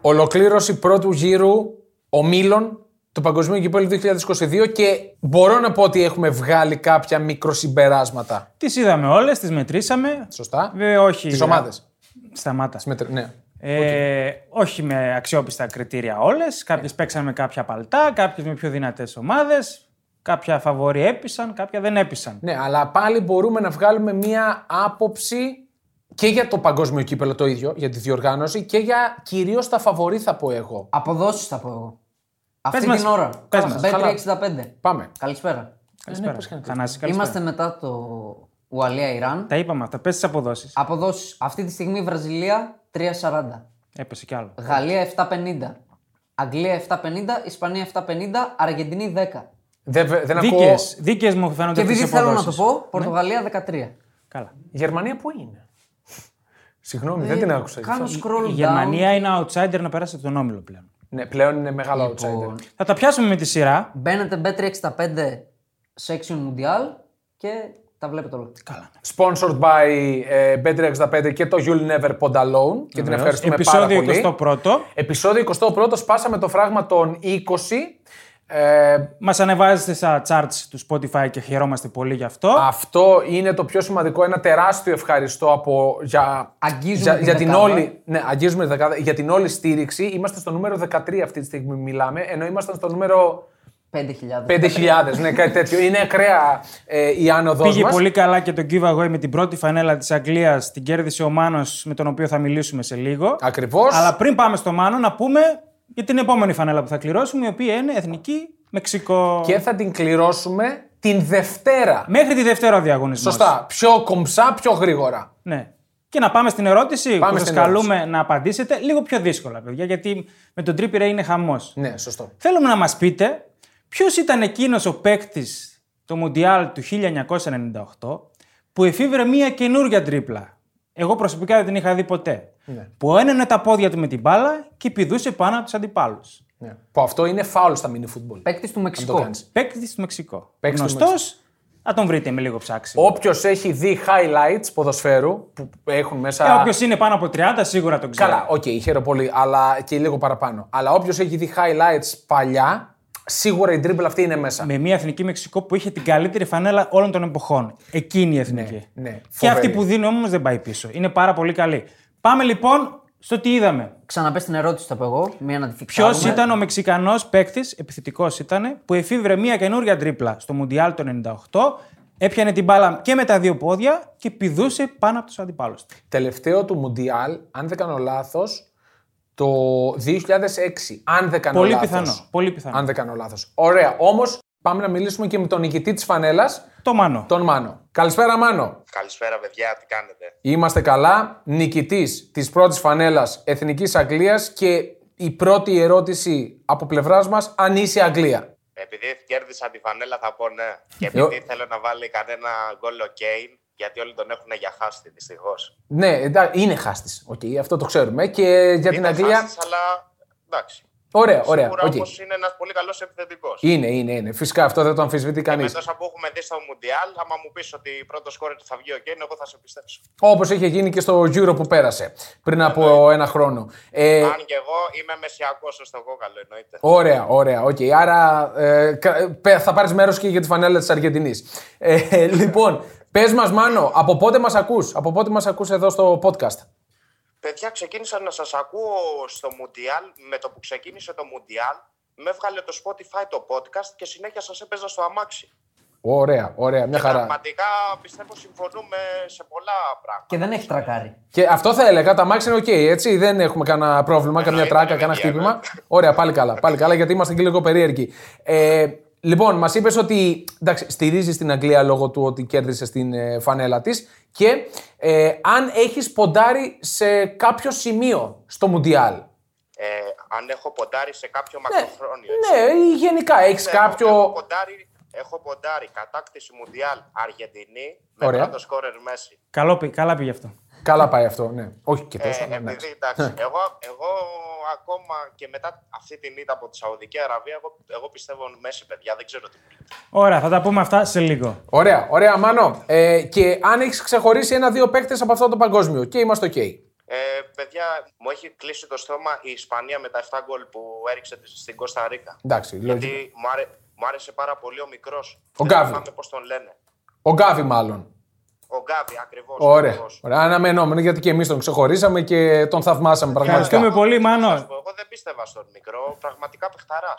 Ολοκλήρωση πρώτου γύρου ομίλων του Παγκοσμίου Κυπέλλου 2022 και μπορώ να πω ότι έχουμε βγάλει κάποια μικροσυμπεράσματα. Τις είδαμε όλες, τις μετρήσαμε. Σωστά. Βέβαια, όχι. Τις ομάδες. Σταμάτα. Ναι. Ε, Όχι με αξιόπιστα κριτήρια όλες. Κάποιες παίξαν με κάποια παλτά, κάποιες με πιο δυνατές ομάδες. Κάποια φαβορή έπεισαν, κάποια δεν Ε, έπεισαν. ναι, αλλά πάλι μπορούμε να βγάλουμε μία άποψη και για το Παγκόσμιο Κύπελο το ίδιο, για τη διοργάνωση και για κυρίως τα φαβορή θα πω εγώ. Αποδόσεις θα πω εγώ. Αυτή μας. την ώρα. Πες Καλά, μας. Bet365. Καλά. Πάμε. Καλησπέρα. ναι, Καλησπέρα. πες κανένα Θανάση, καλησπέρα. Είμαστε μετά το Ουαλία-Ιράν. Τα είπαμε αυτά. Πες τις αποδόσεις. Αποδόσεις. Αυτή τη στιγμή Βραζιλία 3,40. Έπεσε κι άλλο. Γαλλία 7,50. Αγγλία 7,50. Ισπανία 7,50. Αργεντινή 10. Δεν, βε- δεν ακούω. Δίκαιε. Δίκαιε μου φαίνονται Και αυτές επειδή οι θέλω να το αποδόσεις. Ναι. πω, Πορτογαλία 13. Καλά. Η Γερμανία πού είναι. Ε, Συγγνώμη, δεν την άκουσα. Κάνω scroll Η down. Ε, Γερμανία είναι outsider να περάσει από τον όμιλο πλέον. Ναι, πλέον είναι μεγάλο outsider. Θα τα πιάσουμε με τη σειρά. Μπαίνετε Bet365 section Mundial και τα βλέπετε όλα. Καλά. Sponsored by ε, Bet365 και το You'll Never Pond Alone. Και την Βεβαίως. ευχαριστούμε πάρα Επεισόδιο πολύ. 21ο. Επισόδιο 21. Σπάσαμε το φράγμα των 20. Ε, Μας ανεβάζετε στα charts του Spotify και χαιρόμαστε πολύ γι' αυτό. αυτό είναι το πιο σημαντικό. Ένα τεράστιο ευχαριστώ από, για, για, Αγγίζουμε τη για την δεκάδα. όλη, ναι, αγγίζουμε τη δεκάδα, για την όλη στήριξη. Είμαστε στο νούμερο 13 αυτή τη στιγμή μιλάμε, ενώ ήμασταν στο νούμερο 5.000. 5.000. ναι, κάτι τέτοιο. Είναι ακραία ε, η άνοδος Πήγε μας. πολύ καλά και το giveaway με την πρώτη φανέλα της Αγγλίας. Την κέρδισε ο Μάνος, με τον οποίο θα μιλήσουμε σε λίγο. Ακριβώς. Αλλά πριν πάμε στο Μάνο, να πούμε για την επόμενη φανέλα που θα κληρώσουμε, η οποία είναι εθνική Μεξικό. Και θα την κληρώσουμε την Δευτέρα. Μέχρι τη Δευτέρα ο διαγωνισμός. Σωστά. Πιο κομψά, πιο γρήγορα. Ναι. Και να πάμε στην ερώτηση Πάμε που σας στην καλούμε να απαντήσετε. Λίγο πιο δύσκολα, παιδιά, γιατί με τον Τρίπιρα είναι χαμός. Ναι, σωστό. Θέλουμε να μας πείτε ποιος ήταν εκείνος ο παίκτης το Μουντιάλ του 1998 που εφήβρε μία καινούργια τρίπλα. Εγώ προσωπικά δεν την είχα δει ποτέ. Ναι. Που ένωνε τα πόδια του με την μπάλα και πηδούσε πάνω από τους αντιπάλους. Ναι. Που αυτό είναι φάουλ στα mini football. Ε, Παίκτη του Αν το Μεξικού. κάνεις. Παίκτη του Μεξικό. Παίκτης του Γνωστός, θα τον βρείτε με λίγο ψάξη. Όποιος έχει δει highlights ποδοσφαίρου που έχουν μέσα. Ε, Όποιος είναι πάνω από 30, σίγουρα τον ξέρει. Καλά, οκ, χαίρομαι πολύ, αλλά και λίγο παραπάνω. Αλλά όποιος έχει δει highlights παλιά, σίγουρα η τρίπλα αυτή είναι μέσα. Με μια εθνική Μεξικό που είχε την καλύτερη φανέλα όλων των εποχών. Εκείνη η εθνική. Ναι, ναι, και φοβερή. αυτή που δίνει όμως δεν πάει πίσω. Είναι πάρα πολύ καλή. Πάμε λοιπόν στο τι είδαμε. Ξαναπες την ερώτηση θα πω εγώ. Μία να τη Ποιο φιξάρουμε. ήταν ο Μεξικανός παίκτης, επιθετικός ήταν, που εφήβρε μια καινούργια τρίπλα στο Μουντιάλ το 98, έπιανε την μπάλα και με τα δύο πόδια και πηδούσε πάνω από τους αντιπάλους του. Τελευταίο του Μουντιάλ, αν δεν κάνω λάθος, το 2006. Αν δεν κάνω Πολύ λάθος. πιθανό. Πολύ πιθανό. Αν δεν κάνω λάθος. Ωραία, όμως πάμε να μιλήσουμε και με τον νικητή της φανέλας, Το μάνο. τον Μάνο. Καλησπέρα, Μάνο. Καλησπέρα, παιδιά, τι κάνετε. Είμαστε καλά. Νικητής της πρώτης φανέλας Εθνικής Αγγλίας και η πρώτη ερώτηση από πλευράς μας, αν είσαι Αγγλία. Επειδή κέρδισα τη φανέλα, θα πω ναι. Και Ε, ο- επειδή θέλω να βάλει κανένα γκολ ο Κέιν, γιατί όλοι τον έχουν για χάστη, δυστυχώς. Ναι, εντά- είναι χάστης. Okay, αυτό το ξέρουμε. Και για την Αγγλία. αλλά εντάξει. Ωραία, ωραία. Σίγουρα οκ. όμω είναι ένας πολύ καλός επιθετικός. Είναι, είναι, είναι. Φυσικά αυτό δεν το αμφισβητεί κανεί. Με τόσα που έχουμε δει στο Μουντιάλ, άμα μου πεις ότι πρώτο κόρη του θα βγει ο Κέιν, εγώ θα σε πιστέψω. Όπως είχε γίνει και στο Euro που πέρασε πριν από ένα χρόνο. Ε, Αν και εγώ είμαι μεσιακός στο κόκαλο, εννοείται. Ωραία, ωραία. οκ. Άρα ε, κα- πε- θα πάρεις μέρος και για τη φανέλα της Αργεντινής. Ε, λοιπόν, πες μας, Μάνο, από πότε μας ακούς, από πότε μας ακούς εδώ στο podcast. Παιδιά, ξεκίνησα να σας ακούω στο Μουντιάλ. Με το που ξεκίνησε το Μουντιάλ, με έβγαλε το Spotify το podcast και συνέχεια σας έπαιζα στο αμάξι. Ωραία, ωραία, μια χαρά. Πραγματικά πιστεύω συμφωνούμε σε πολλά πράγματα. Και δεν έχει τρακάρει. Και αυτό θα έλεγα, τα μάξι είναι οκ, έτσι. Δεν έχουμε κανένα πρόβλημα, καμιά Εννοείται, τράκα, ρε, κανένα παιδιά, χτύπημα. Ωραία, πάλι καλά, πάλι καλά, γιατί είμαστε και λίγο περίεργοι. Ε, λοιπόν, μας είπες ότι εντάξει, στηρίζεις την Αγγλία λόγω του ότι κέρδισε την ε, φανέλα της και ε, αν έχεις ποντάρει σε κάποιο σημείο στο Μουντιάλ. Ε, αν έχω ποντάρει σε κάποιο μακροχρόνιο. έτσι. Ναι, ή γενικά έχεις Ναι, Έχω κάποιο. ποντάρει, έχω ποντάρει κατάκτηση Μουντιάλ Αργεντινή με Ωραία. πρώτο σκόρερ Μέση. Καλό, πη- καλά πήγε αυτό. Καλά πάει αυτό, ναι. Όχι και τόσο. Ε, ναι, εντάξει. επειδή εντάξει, εγώ, εγώ ακόμα και μετά αυτή την ήττα από τη Σαουδική Αραβία, εγώ, εγώ πιστεύω Μέση, παιδιά, δεν ξέρω τι μου λέτε. Ωραία, θα τα πούμε αυτά σε λίγο. Ωραία, ωραία, Μάνο. Ε, και αν έχεις ξεχωρίσει ένα-δύο παίκτες από αυτό το παγκόσμιο και είμαστε οκ. Ε, παιδιά, μου έχει κλείσει το στόμα η Ισπανία με τα 7 γκολ που έριξε στην Κώστα Ρίκα. Εντάξει, λογικό. Γιατί μου, άρε, μου άρεσε πάρα πολύ ο μικρός. Ο Γκάβι. πώς τον λένε. Ο Γκάβι, μάλλον. Ο Γκάβι, ακριβώς. Ωραία. Ωραία. Αναμενόμενο γιατί και εμείς τον ξεχωρίσαμε και τον θαυμάσαμε Ευχαριστούμε πραγματικά. πολύ, Μάνο. Εγώ δεν πίστευα στον μικρό. Πραγματικά παιχταράς.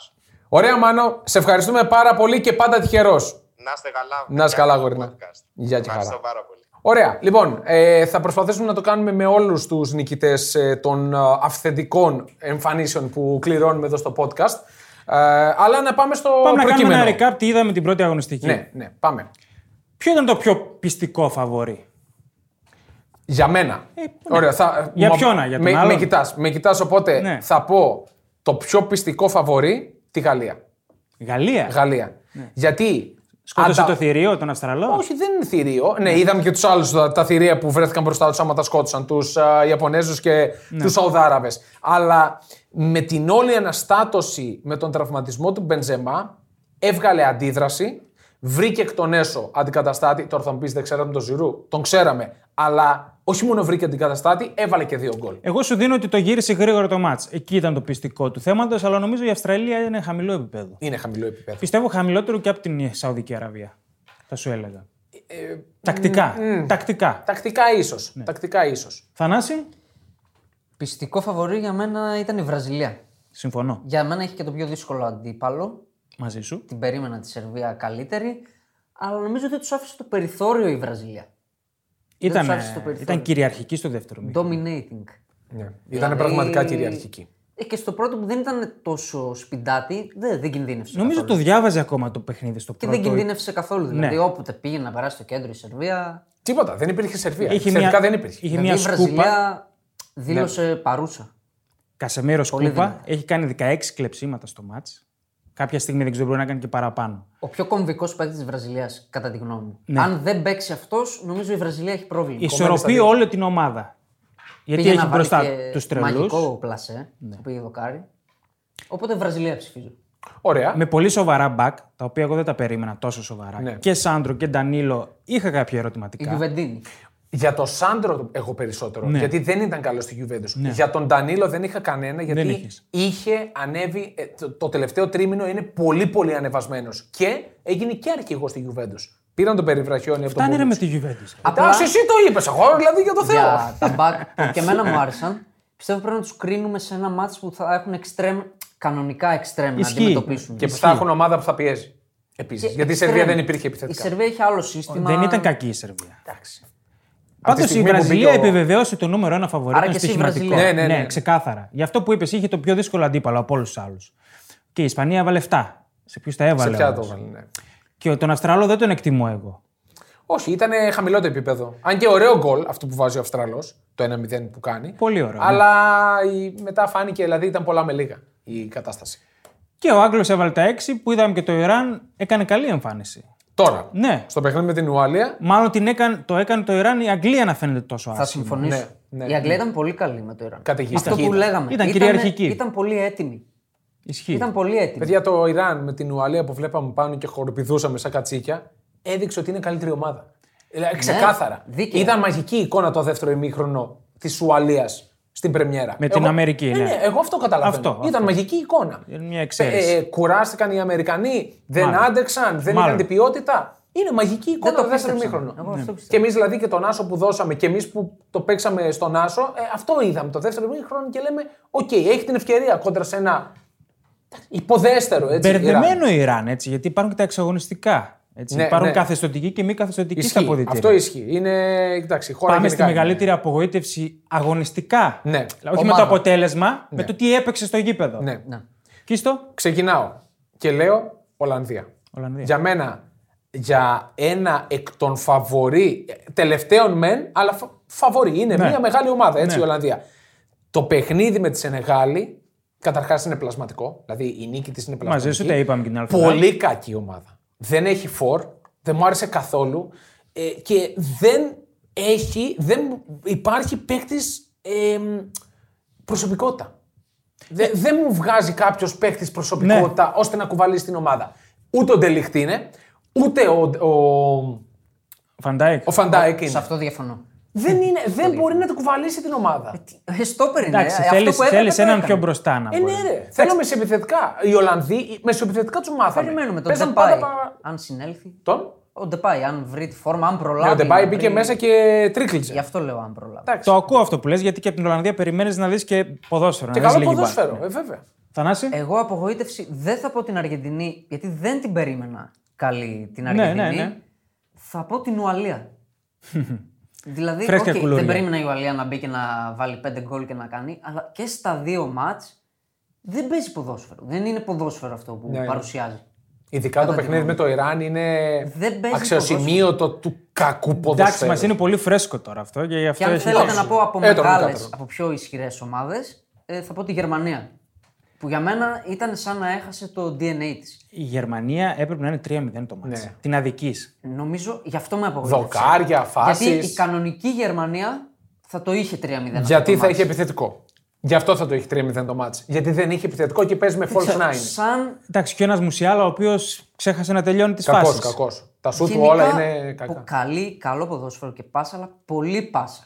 Ωραία, Μάνο, σε ευχαριστούμε πάρα πολύ και πάντα τυχερός. Να είστε καλά. Να είστε καλά, γορίνα. Γεια και και χαρά. Ευχαριστώ πάρα πολύ. Ωραία. Λοιπόν, ε, θα προσπαθήσουμε να το κάνουμε με όλους τους νικητές των ε, αυθεντικών εμφανίσεων που κληρώνουμε εδώ στο podcast. Ε, αλλά να πάμε στο Πάμε να κάνουμε προκείμενο. ένα recap τι είδαμε την πρώτη αγωνιστική. Ναι, ναι, πάμε. Ποιο ήταν το πιο πιστικό φαβορή. Για μένα. ναι. Ωραία, θα, Για μου- ποιον, α, για τον με, άλλον? Με κοιτάς, με κοιτάς, οπότε Ναι. θα πω το πιο πιστικό φαβορή, τη Γαλλία. Γαλλία. Γαλλία. Γιατί... Ναι. Σκότωσε αντα- το θηρίο, τον Αυστραλό. Όχι, δεν είναι θηρίο. Ναι, είδαμε και τους άλλους τα, τα θηρία που βρέθηκαν μπροστά τους άμα τα σκότωσαν. Τους Ιαπωνέζους και ναι. τους Σαουδάραβες. Αλλά με την όλη αναστάτωση με τον τραυματισμό του Μπενζεμά, έβγαλε αντίδραση. Βρήκε εκ των έσω αντικαταστάτη. Τώρα θα μου πεις: Δεν ξέραμε τον Ζηρού. Τον ξέραμε. Αλλά όχι μόνο βρήκε αντικαταστάτη, έβαλε και δύο γκολ. Εγώ σου δίνω ότι το γύρισε γρήγορα το μάτ. Εκεί ήταν το πιστικό του θέματος, αλλά νομίζω η Αυστραλία είναι χαμηλό επίπεδο. Είναι χαμηλό επίπεδο. Πιστεύω χαμηλότερο και από την Σαουδική Αραβία. Θα σου έλεγα. Ε, τακτικά. τακτικά. Τακτικά ίσως. Τακτικά ίσως. Θανάση, Πιστικό φαβορή για μένα ήταν η Βραζιλία. συμφωνώ Για μένα έχει και το πιο δύσκολο αντίπαλο. μαζί σου. Την περίμενα τη Σερβία καλύτερη. Αλλά νομίζω ότι τους άφησε το περιθώριο η Βραζιλία. Ήταν, τους άφησε το περιθώριο. ήταν κυριαρχική στο δεύτερο μήνα. Dominating. Ναι. Ήταν Δηλαδή- πραγματικά κυριαρχική. Ε, και στο πρώτο που δεν ήταν τόσο σπιντάτη, δεν, δεν κινδύνευσε. Νομίζω καθόλου. το διάβαζε ακόμα το παιχνίδι στο Και πρώτο. Ναι. δεν κινδύνευσε καθόλου. Δηλαδή, όποτε πήγε να περάσει το κέντρο η Σερβία. Τίποτα. Δεν υπήρχε Σερβία. Είχε Σερβικά μια, δεν υπήρχε. είχε δηλαδή, μια η σκούπα. Ναι. Βραζιλία δήλωσε παρούσα. Κασεμίρο σκούπα. δυνατή. Έχει κάνει 16 κλεψίματα στο μάτ. Κάποια στιγμή δεν ξέρω, μπορεί να κάνει και παραπάνω. Ο πιο κομβικός παίκτης της Βραζιλίας, κατά τη γνώμη μου. Ναι. Αν δεν παίξει αυτός, νομίζω η Βραζιλία έχει πρόβλημα. Ισορροπεί όλη την ομάδα. Γιατί Πήγε έχει να βάλει μπροστά και τους τρελούς. Μαγικό πλασέ που πήγε δοκάρι. Οπότε Βραζιλία ψηφίζω. Ωραία. Με πολύ σοβαρά μπακ, τα οποία εγώ δεν τα περίμενα τόσο σοβαρά. Ναι. Και Σάντρο και Ντανίλο είχα κάποια Η ερωτηματικά. Γιουβεντίνη. Για τον Σάντρο έχω περισσότερο. Γιατί δεν ήταν καλό στη Juventus. Για τον Ντανίλο δεν είχα κανένα γιατί Δεν είχες. είχε ανέβει. ε, Το, το τελευταίο τρίμηνο είναι πολύ πολύ ανεβασμένος. Και έγινε και αρχηγός στη Juventus. Πήραν τον περιβραχιόνι από τον Φτάνε ρε με Μπούριτς. τη Γιουβέντους. Απλά... Ας, εσύ το είπες. Εγώ δηλαδή για το Θεό. για τα μπακ που και εμένα μου άρεσαν. Πιστεύω πρέπει να τους κρίνουμε σε ένα μάτς που θα έχουν extreme, κανονικά εξτρέμ να Ισχύει. αντιμετωπίσουν. Και θα έχουν ομάδα που θα πιέζει. Επίσης. Γιατί η Σερβία Extreme. δεν υπήρχε Η επιθετικά. Σερβία είχε άλλο σύστημα. Δεν ήταν κακή η Σερβία. Εντάξει. Από τη Πάντως η στιγμή που Βραζιλία μπήκε ο- επιβεβαίωσε το νούμερο ένα φαβορή. Άρα Ήταν και εσύ η στοιχηματικό. Βραζιλία. Ναι, ναι, ναι. ξεκάθαρα. Γι' αυτό που είπες, είχε το πιο δύσκολο αντίπαλο από όλους τους άλλους. Και η Ισπανία έβαλε 7. Σε ποιους τα Σε έβαλε. ποια το όμως. βάλε, ναι. Και τον Αυστραλό δεν τον εκτιμώ εγώ. Όχι, ήταν χαμηλό το επίπεδο. Αν και ωραίο γκολ αυτό που βάζει ο Αυστραλός, το 1-0 που κάνει. Πολύ ωραίο, ναι. Αλλά η- μετά φάνηκε, δηλαδή ήταν πολλά με λίγα η κατάσταση. Και ο Άγγλος έβαλε τα 6 που είδαμε και το Ιράν έκανε καλή εμφάνιση. Τώρα, Ναι. στο παιχνίδι με την Ουαλία, Μάλλον την έκανε, το έκανε το Ιράν η Αγγλία να φαίνεται τόσο Θα άσχημα. συμφωνήσω. ναι, η Αγγλία ήταν πολύ καλή με το Ιράν. Καταιγιστική Αυτό που ήταν. λέγαμε. Ήταν Ήτανε- κυριαρχική. Ήταν πολύ έτοιμη. Ισχύει. Ήταν πολύ έτοιμη. παιδιά, το Ιράν με την Ουαλία που βλέπαμε πάνω και χοροπηδούσαμε σαν κατσίκια, έδειξε ότι είναι καλύτερη ομάδα. Δηλαδή, Ξεκάθαρα. Ναι, δίκαια. Ήταν μαγική εικόνα το δεύτερο ημίχρονο της Ουαλίας στην Πρεμιέρα. Με την Αμερική, ναι. Εγώ αυτό καταλαβαίνω. Αυτό, αυτό. Ήταν μαγική εικόνα. Είναι μια εξαίρεση. Ε, ε, κουράστηκαν οι Αμερικανοί, δεν Μάλλον. άντεξαν, δεν Μάλλον. Ναι. είχαν την ποιότητα. Είναι μαγική εικόνα το το δεύτερο πίστεψα. ημίχρονο. Εγώ αυτό πίστεψα. Και εμείς δηλαδή και τον Άσο που δώσαμε και εμείς που το παίξαμε στον Άσο, ε, αυτό είδαμε το δεύτερο ημίχρονο και λέμε: Οκ, έχει την ευκαιρία κόντρα σε ένα υποδέστερο. Έτσι, Ιράν. Μπερδεμένο η Ιράν, έτσι, γιατί υπάρχουν και τα εξαγωνιστικά. Έτσι. Ναι, υπάρχουν ναι. καθεστοτικοί και μη καθεστοτικοί στα Ισχύει. αποδητήρια. Αυτό ισχύει. Είναι, εντάξει, η χώρα Πάμε στη γενικά είναι- μεγαλύτερη απογοήτευση αγωνιστικά. Ναι. Όχι με το Ομάδα. αποτέλεσμα, με το τι έπαιξε στο γήπεδο. Ναι. Ναι. Κίστο, Ξεκινάω και λέω Ολλανδία. Ολλανδία. Για μένα, για ένα εκ των φαβορεί, τελευταίων μεν, αλλά φα- φαβορεί. Είναι Ναι. μια μεγάλη ομάδα, έτσι η Ολλανδία. Το παιχνίδι με τη Σενεγάλη, καταρχάς είναι πλασματικό. Δηλαδή η νίκη της είναι πλασματική. Μαζί σου τα είπαμε και την άλλη φορά. Πολύ κακή ομάδα. Δεν έχει φορ, δεν μου άρεσε καθόλου ε, και δεν έχει, δεν υπάρχει παίκτης ε, προσωπικότητα. Δε- Ε, δεν μου βγάζει κάποιος παίκτης προσωπικότητα Ναι. ώστε να κουβαλήσει την ομάδα. Ούτε ο Ντελιχτ είναι, ούτε ο, ο, Φαντάικ. ο Φαντάικ είναι. Σε αυτό διαφωνώ. δεν, είναι, δεν μπορεί να το κουβαλήσει την ομάδα. Ε, Στόπερ ναι, είναι. Εντάξει, ε, αυτό θέλεις που έκανε, θέλεις το έναν έκανε. πιο μπροστά να Ε, μπορεί. ναι, ρε. Θέλω μεσοεπιθετικά. Οι Ολλανδοί μεσοεπιθετικά τους μάθαμε. Περιμένουμε τον Παίζαν Ντεπάι. πάντα πα... Αν συνέλθει. Τον. Ο Ντεπάι, αν βρει τη φόρμα, αν προλάβει. Ναι, ο Ντεπάι να μπήκε βρει- μέσα και Γι' τρίκλιζε. αυτό λέω αν προλάβει. Το ακούω αυτό που λες, γιατί και από την Ολλανδία περιμένεις να δεις και ποδόσφαιρο. Και να δεις καλό λίγη ποδόσφαιρο. μπάλα. Ε, βέβαια. Θανάση. Εγώ απογοήτευση δεν θα πω την Αργεντινή, γιατί δεν την περίμενα καλή την Αργεντινή. ναι, ναι. Θα πω την Ουαλία. δηλαδή, Φρέσκα οκ, κουλούρια. δεν περίμενα η Ουαλία να μπει και να βάλει πέντε γκολ και να κάνει, αλλά και στα δύο μάτς δεν παίζει ποδόσφαιρο. Δεν είναι ποδόσφαιρο αυτό που ναι. παρουσιάζει. Ειδικά το τη παιχνίδι γνώμη με το Ιράν είναι λοιπόν. Δεν παίζει αξιοσημείωτο του κακού Εντάξει, ποδοσφαίρου. μας είναι πολύ φρέσκο τώρα αυτό και γι' Και αυτό αν έχει θέλετε δώσει. να πω από Ε, το μεγάλες, νικάτερο. από πιο ισχυρές ομάδες, θα πω τη Γερμανία. Που για μένα ήταν σαν να έχασε το DNA της. Η Γερμανία έπρεπε να είναι 3-0 το μάτς. Ναι. Την αδικής. Νομίζω γι' αυτό με απογοήτευσε. Δοκάρια, Γιατί η φάσει. κανονική Γερμανία θα το είχε 3-0. αυτό Γιατί το θα μάτς. είχε επιθετικό. Γι' αυτό θα το είχε 3-0 το μάτς. Γιατί δεν είχε επιθετικό και παίζει με false Ξέρω, 9. Σαν Εντάξει, και ένας Μουσιάλα ο οποίος ξέχασε να τελειώνει τις Κακός, φάσεις. κακός. Τα σου του γενικά, όλα είναι πο- κακά. Καλή, καλό ποδόσφαιρο και πάσα, αλλά πολύ πάσα.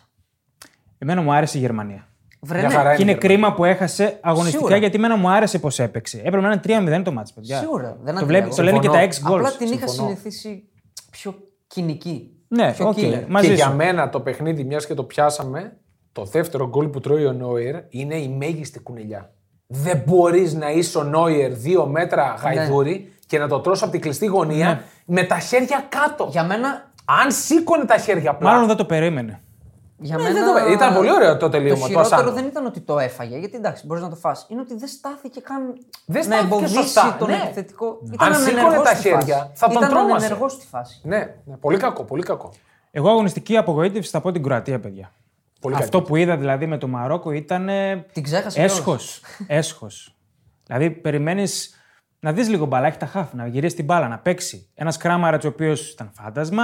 Εμένα μου άρεσε η Γερμανία. Βρε, Μια ναι, χαρά Και είναι είναι. κρίμα που έχασε αγωνιστικά Σίγουρα. γιατί εμένα μου άρεσε πώ έπαιξε. Έπρεπε να είναι 3-0 το μάτς, παιδιά. Σίγουρα, δεν το, αντιλέγω. βλέπει, το λένε και τα 6 Συμφωνώ. goals. Απλά την είχα συμφωνώ. συνηθίσει πιο κοινική. Ναι, πιο οκ. killer. Μαζί και σου. για μένα το παιχνίδι, μιας και το πιάσαμε, το δεύτερο γκολ που τρώει ο Νόιερ είναι η μέγιστη κουνελιά. Δεν μπορείς να είσαι ο Νόιερ δύο Ναι. μέτρα γαϊδούρι και να το τρώσει από την κλειστή γωνία με τα χέρια κάτω. Για μένα. Αν σήκωνε τα χέρια απλά. Μάλλον δεν το περίμενε. Για Ναι, μένα... δεν το- Ήταν πολύ ωραίο το τελείωμα. Το Το χειρότερο ασάνω. δεν ήταν ότι το έφαγε, γιατί εντάξει, μπορείς να το φας. Είναι ότι δεν στάθηκε καν Δεν να στάθηκε εμποδίσει σωστά, τον ναι. επιθετικό. Αν σήκωνε ανενεργός τα στη φάση. χέρια, θα τον ήταν τρώμασε. ενεργό στη φάση. Ναι, ναι, πολύ κακό, πολύ κακό. Εγώ αγωνιστική απογοήτευση θα πω την Κροατία, παιδιά. Πολύ Αυτό που είδα δηλαδή με το Μαρόκο ήταν. Την ξέχασε Έσχο. κιόλας. Έσχος. δηλαδή περιμένεις να δεις λίγο μπαλά, έχει τα χάφ, να γυρίσει την μπάλα, να παίξει. Ένας κράμαρατ ο οποίος ήταν φάντασμα.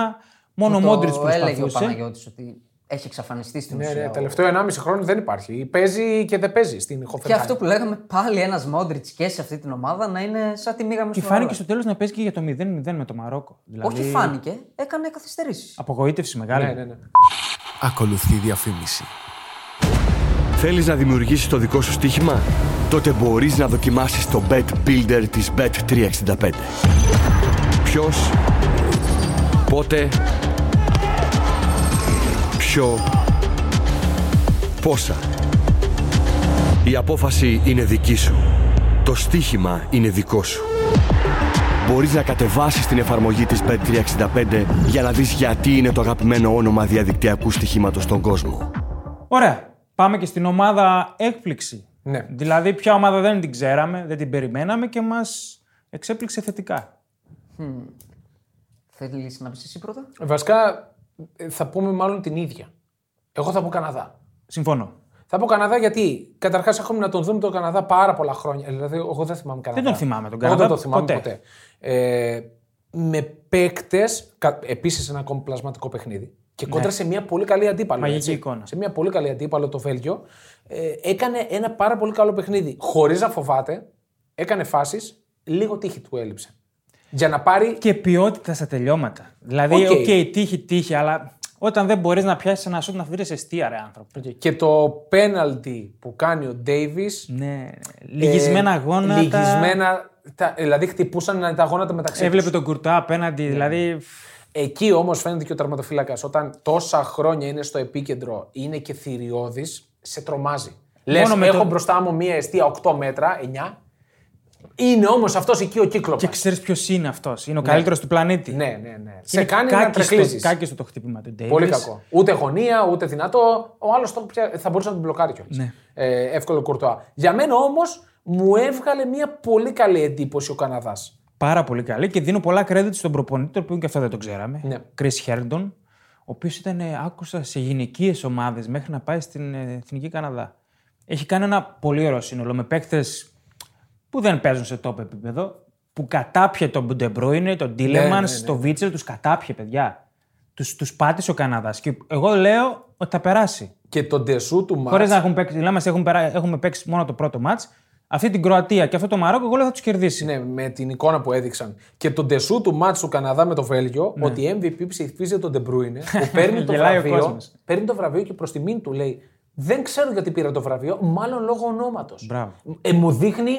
Μόνο ο Το Μόντριτ έλεγε ο προσπαθούσε. Παναγιώτης ότι έχει εξαφανιστεί στην Ναι, ουσία. ναι, ο- τελευταίο 1,5 χρόνο δεν υπάρχει. Ή Παίζει και δεν παίζει στην Και Χοφενχάιμ. αυτό που λέγαμε πάλι ένας Μόντριτ και σε αυτή την ομάδα να είναι σαν τη μίγα με Και φάνηκε στο τέλος να παίζει και για το 0-0 με το Μαρόκο. Δηλαδή, Όχι φάνηκε, έκανε καθυστερήσεις. Απογοήτευση μεγάλη. Ναι, ναι, ναι. Ακολουθεί διαφήμιση. Θέλεις να δημιουργήσεις το δικό σου στοίχημα? Τότε μπορείς να δοκιμάσεις το Bet Builder της Bet365. Ποιος, πότε, ποιο, πόσα. Η απόφαση είναι δική σου. Το στοίχημα είναι δικό σου. Μπορείς να κατεβάσεις την εφαρμογή της Bet365 για να δεις γιατί είναι το αγαπημένο όνομα διαδικτυακού στοιχήματος στον κόσμο. Ωραία. Πάμε και στην ομάδα έκπληξη. Ναι. Δηλαδή, ποια ομάδα δεν την ξέραμε, δεν την περιμέναμε και μας εξέπληξε θετικά. Θέλεις να πει εσύ πρώτα. Βασικά ε, θα πούμε μάλλον την ίδια. Εγώ θα πω Καναδά. Συμφωνώ. Θα πω Καναδά γιατί καταρχάς έχουμε να τον δούμε τον Καναδά πάρα πολλά χρόνια. Δηλαδή, εγώ δεν θυμάμαι Καναδά. τον θυμάμαι τον Εγώ Καναδά δεν τον θυμάμαι ποτέ. ποτέ. Ε, με παίκτες, επίσης ένα ακόμη πλασματικό παιχνίδι. Και κόντρα σε μια πολύ καλή αντίπαλο. Ναι. Μαγική εικόνα. Σε μια πολύ καλή αντίπαλο το Βέλγιο. Ε, έκανε ένα πάρα πολύ καλό παιχνίδι. Χωρίς να φοβάται, έκανε φάσεις, λίγο τύχη του έλειψε. Για να πάρει. και ποιότητα στα τελειώματα. Δηλαδή, Οκ. οκ, τύχη, τύχη, αλλά όταν δεν μπορείς να πιάσεις ένα σουτ να φύγει αιστεία, ρε άνθρωπο. Και το πέναλτι που κάνει ο Ντέιβις Ναι, Ε, λυγισμένα γόνατα. Λυγισμένα. τα- δηλαδή χτυπούσαν τα γόνατα μεταξύ Έβλεπε τους. τον κουρτά Ναι. απέναντι, δηλαδή. Εκεί όμως φαίνεται και ο τερματοφύλακας. Όταν τόσα χρόνια είναι στο επίκεντρο, είναι και θηριώδης, σε τρομάζει. Λε, Μόνο με έχω το- μπροστά μου μία αιστεία 8 μέτρα, 9. Είναι όμως αυτός εκεί ο κύκλο. Και ξέρεις ποιος είναι αυτός. Είναι ο καλύτερος του πλανήτη. Ναι, ναι, ναι. Είναι σε κάνει να τρεκλίζεις. κάκιστο το χτύπημα του Ντέιβις. Πολύ κακό. Ούτε γωνία, ούτε δυνατό. Ο άλλος θα μπορούσε να τον μπλοκάρει κιόλας. Ναι. Ε, εύκολο κουρτοά. Για μένα όμως μου έβγαλε μία πολύ καλή εντύπωση ο Καναδάς. Πάρα πολύ καλή και δίνω πολλά credit στον προπονητή, που και αυτό δεν το ξέραμε. Ναι. Chris Herndon, ο οποίος ήταν, ε, άκουσα, σε γυναικείες ομάδες μέχρι να πάει στην ε, Εθνική Καναδά. Έχει κάνει ένα πολύ ωραίο σύνολο με παίκτες που δεν παίζουν σε top επίπεδο, που κατάπιε τον Ντεμπρόινε, τον Τίλεμαν, ναι, ναι. τον Βίτσερ, τους κατάπιε, παιδιά. Τους τους πάτησε ο Καναδάς. Και εγώ λέω ότι θα περάσει. Και τον τεσού του Χωρί μάτς να έχουν παίξει, δηλαδή, έχουν, περά- έχουμε παίξει μόνο το πρώτο μάτ, αυτή την Κροατία και αυτό το Μαρόκο, εγώ λέω θα τους κερδίσει. Ναι, με την εικόνα που έδειξαν. Και τον τεσού του μάτσου του Καναδά με το Βέλγιο, ότι MVP ψηφίζει τον Ντεμπρούινε, που παίρνει το, Ναι. Γελάει ο βραβείο, κόσμος. παίρνει το βραβείο και προς τιμήν του λέει: Δεν ξέρω γιατί πήρα το βραβείο, μάλλον λόγω ονόματος. Μπράβο. Ε, μου δείχνει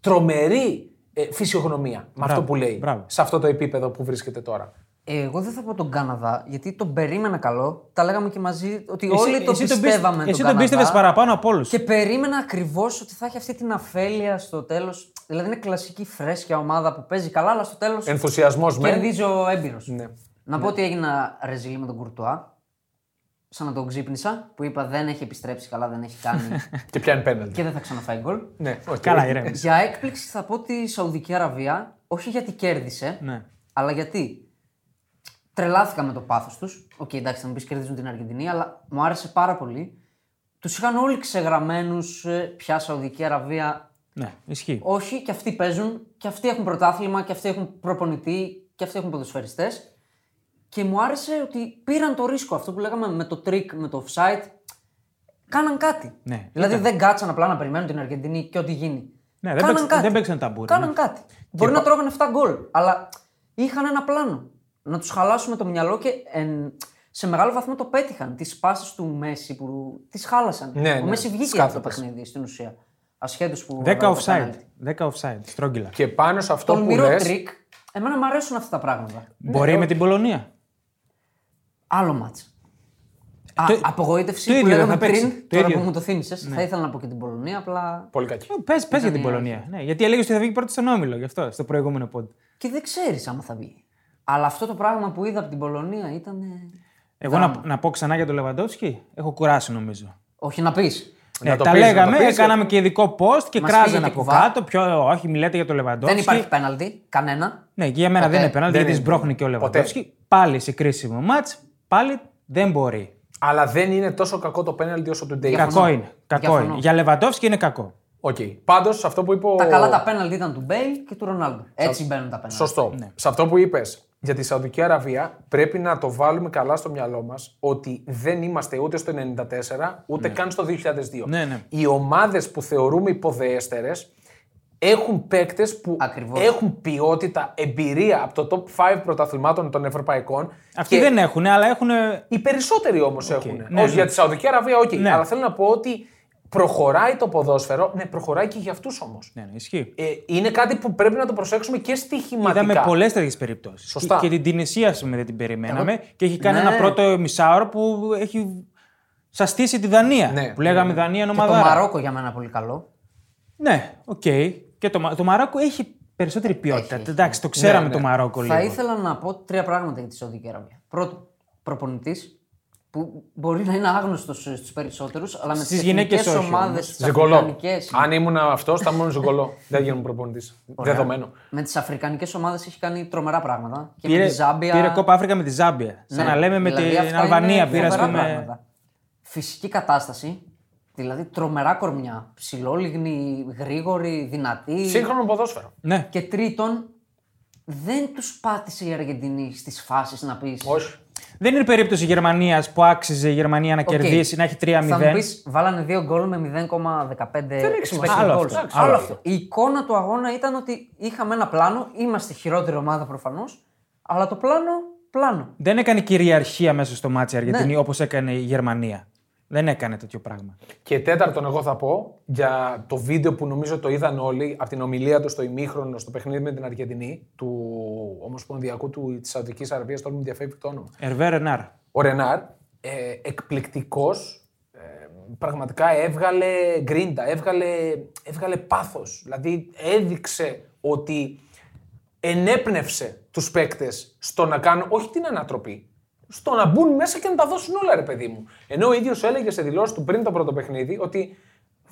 τρομερή ε, φυσιογνωμία με αυτό που λέει μπράβο. σε αυτό το επίπεδο που βρίσκεται τώρα. Εγώ δεν θα πω τον Καναδά, γιατί τον περίμενα καλό. Τα λέγαμε και μαζί ότι όλοι το τον πίστε- πιστεύαμε. Εσύ τον Καναδά πίστευες παραπάνω από όλους. Και περίμενα ακριβώς ότι θα έχει αυτή την αφέλεια στο τέλος. Δηλαδή είναι κλασική φρέσκια ομάδα που παίζει καλά, αλλά στο τέλος Ενθουσιασμός με. κερδίζει ο έμπειρος. Ναι. Να πω ότι έγινα ρεζιλί με τον Κουρτουά. Σαν να τον ξύπνησα, που είπα δεν έχει επιστρέψει καλά, δεν έχει κάνει Και πιάνει πέναλτι. και δεν θα ξαναφάει γκολ. Ναι, οκ. Καλά, ηρέμησε. Για έκπληξη θα πω τη Σαουδική Αραβία, όχι γιατί κέρδισε, Ναι. αλλά γιατί τρελάθηκα με το πάθος τους. Οκ, εντάξει, θα μου πεις κερδίζουν την Αργεντινή, αλλά μου άρεσε πάρα πολύ. Τους είχαν όλοι ξεγραμμένους πια Σαουδική Αραβία. ναι, ισχύει. Όχι, και αυτοί παίζουν, και αυτοί έχουν πρωτάθλημα, και αυτοί έχουν προπονητή, και αυτοί έχουν ποδοσφαιριστές. Και μου άρεσε ότι πήραν το ρίσκο αυτό που λέγαμε με το trick, με το offside. Κάναν κάτι. Ναι, δηλαδή δεν κάτσαν απλά να περιμένουν την Αργεντινή και ό,τι γίνει. Ναι, δεν Κάναν παίξαν- κάτι. δεν παίξαν ταμπούρι, Κάναν ναι. κάτι. Μπορεί να τρώγανε 7 γκολ, αλλά είχαν ένα πλάνο. Να τους χαλάσουμε το μυαλό και εν, σε μεγάλο βαθμό το πέτυχαν. Τις πάσει του Μέση που τις χάλασαν. Ναι, Ο ναι, Μέση βγήκε από το σκάθατες. παιχνίδι στην ουσία. Ασχέτως που. 10 έβαλε το Ναι. offside. πέναλτι. 10 offside. Στρόγγυλα. Και πάνω σε αυτό που Τολμηρό λες, τρίκ. Εμένα μου αρέσουν αυτά τα πράγματα. Μπορεί με την Πολωνία. Άλλο μάτς. Α, Το- το απογοήτευση που ίδιο λέγαμε θα παίξει. πριν, Το τώρα ίδιο. Ναι. που μου το θύμισες, θα ήθελα να πω και την Πολωνία, απλά... πολύ κακή. Πε Ε, πες για την η Πολωνία. Ναι, γιατί έλεγες ότι θα βγει πρώτη στον όμιλο, γι' αυτό στο προηγούμενο πόντ. Και δεν ξέρεις άμα θα βγει. Αλλά αυτό το πράγμα που είδα από την Πολωνία ήταν... ε, Εγώ να, να πω ξανά για τον Λεβαντόφσκι, έχω κουράσει νομίζω. Όχι να πεις. Ναι, το τα πεις, να λέγαμε, το πεις. κάναμε και ειδικό post και ε. Μας κράζαν φύγει και από κουβά. κάτω. Ποιο, όχι, μιλάτε για τον Λεβαντόφσκι. Δεν υπάρχει πέναλτι, κανένα. Ναι, και για μένα Ποτέ. δεν είναι πέναλτι, Δεν γιατί είναι. σμπρώχνει και ο Λεβαντόφσκι. Πάλι σε κρίσιμο μάτ, πάλι δεν μπορεί. Αλλά δεν είναι τόσο κακό το πέναλτι όσο του Ντέιβι. Κακό είναι. Κακό Διαφωνώ. είναι. Για Λεβαντόφσκι είναι κακό. Οκ. Πάντως, αυτό που είπε. ο- Τα καλά τα πέναλτι ήταν του Μπέιλ και του Ρονάλντο. Έτσι μπαίνουν τα πέναλτι. Σωστό. Ναι, Σε αυτό που είπες για τη Σαουδική Αραβία, πρέπει να το βάλουμε καλά στο μυαλό μας ότι δεν είμαστε ούτε στο 94 ούτε καν στο 2002. Ναι, ναι. Οι ομάδες που θεωρούμε υποδεέστερες έχουν παίκτες που Ακριβώς. έχουν ποιότητα, εμπειρία από το top 5 πρωταθλημάτων των ευρωπαϊκών. Αυτοί και δεν έχουν, αλλά έχουν. Οι περισσότεροι όμως έχουν. ναι, Όχι, ναι. Για τη Σαουδική Αραβία, όχι. Ναι. Αλλά θέλω να πω ότι προχωράει το ποδόσφαιρο. Ναι, προχωράει και για αυτούς όμως. Ναι, ναι, ισχύει. Ε, είναι κάτι που πρέπει να το προσέξουμε και στοιχηματικά. Είδαμε πολλές τέτοιες περιπτώσεις. Σωστά. Και, και την Τινησία, ας πούμε, δεν την περιμέναμε. Και έχει κάνει Ναι. ένα πρώτο μισάωρο που έχει σαστήσει τη Δανία. Ναι. Που λέγαμε Δανία Και το νομαδάρα. Μαρόκο για μένα πολύ καλό. Ναι, οκ. Και το, Μα- το Μαρόκο έχει περισσότερη ποιότητα. Εντάξει, το ξέραμε ναι. το Μαρόκο λίγο. Θα ήθελα να πω τρία πράγματα για τη Σαουδική Αραβία. Πρώτον, προπονητής που μπορεί να είναι άγνωστος στους περισσότερους, αλλά με Στις τι γυναίκες γυναίκε όχι, ομάδε, όμως. τι Ζυγκολό. αφρικανικέ. Αν ήμουν αυτός, θα ήμουν ζυγκολό. Δεν γίνομαι προπονητής. Δεδομένο. Με τις αφρικανικές ομάδες έχει κάνει τρομερά πράγματα. Και με Πήρε, τη Ζάμπια. πήρε κόπα Αφρικα με τη Ζάμπια. Ναι, Σαν να λέμε με δηλαδή αυτά την είναι Αλβανία πήρε, ας φοβερά πούμε. πράγματα. Φυσική κατάσταση. Δηλαδή τρομερά κορμιά. Ψηλόλιγνη, γρήγορη, δυνατή. Σύγχρονο ποδόσφαιρο. Ναι. Και τρίτον, δεν τους πάτησε η Αργεντινή στις φάσεις να πεις. Όχι. Δεν είναι περίπτωση Γερμανίας που άξιζε η Γερμανία να κερδίσει, να έχει 3-0. Θα μου πεις, βάλανε δύο γκολ με 0,15 expected Άλλο goals. αυτό, Άλλο αυτό. Η εικόνα του αγώνα ήταν ότι είχαμε ένα πλάνο, είμαστε χειρότερη ομάδα προφανώς, αλλά το πλάνο, πλάνο. Δεν έκανε κυριαρχία μέσα στο μάτι η Αργεντινή Ναι. όπως έκανε η Γερμανία. Δεν έκανε τέτοιο πράγμα. Και τέταρτον, εγώ θα πω για το βίντεο που νομίζω το είδαν όλοι από την ομιλία τους στο ημίχρονο στο παιχνίδι με την Αργεντινή του Ομοσπονδιακού του, της Σαουδικής Αραβίας. Τώρα μου διαφεύγει το όνομα. Ερβέ Ρενάρ. Ο Ρενάρ, ε, εκπληκτικός, ε, πραγματικά έβγαλε γκρίντα, έβγαλε, έβγαλε πάθος. Δηλαδή έδειξε ότι ενέπνευσε τους παίκτες στο να κάνουν όχι την ανατροπή, στο να μπουν μέσα και να τα δώσουν όλα, ρε παιδί μου. Ενώ ο ίδιος έλεγε σε δηλώσεις του πριν το πρώτο παιχνίδι ότι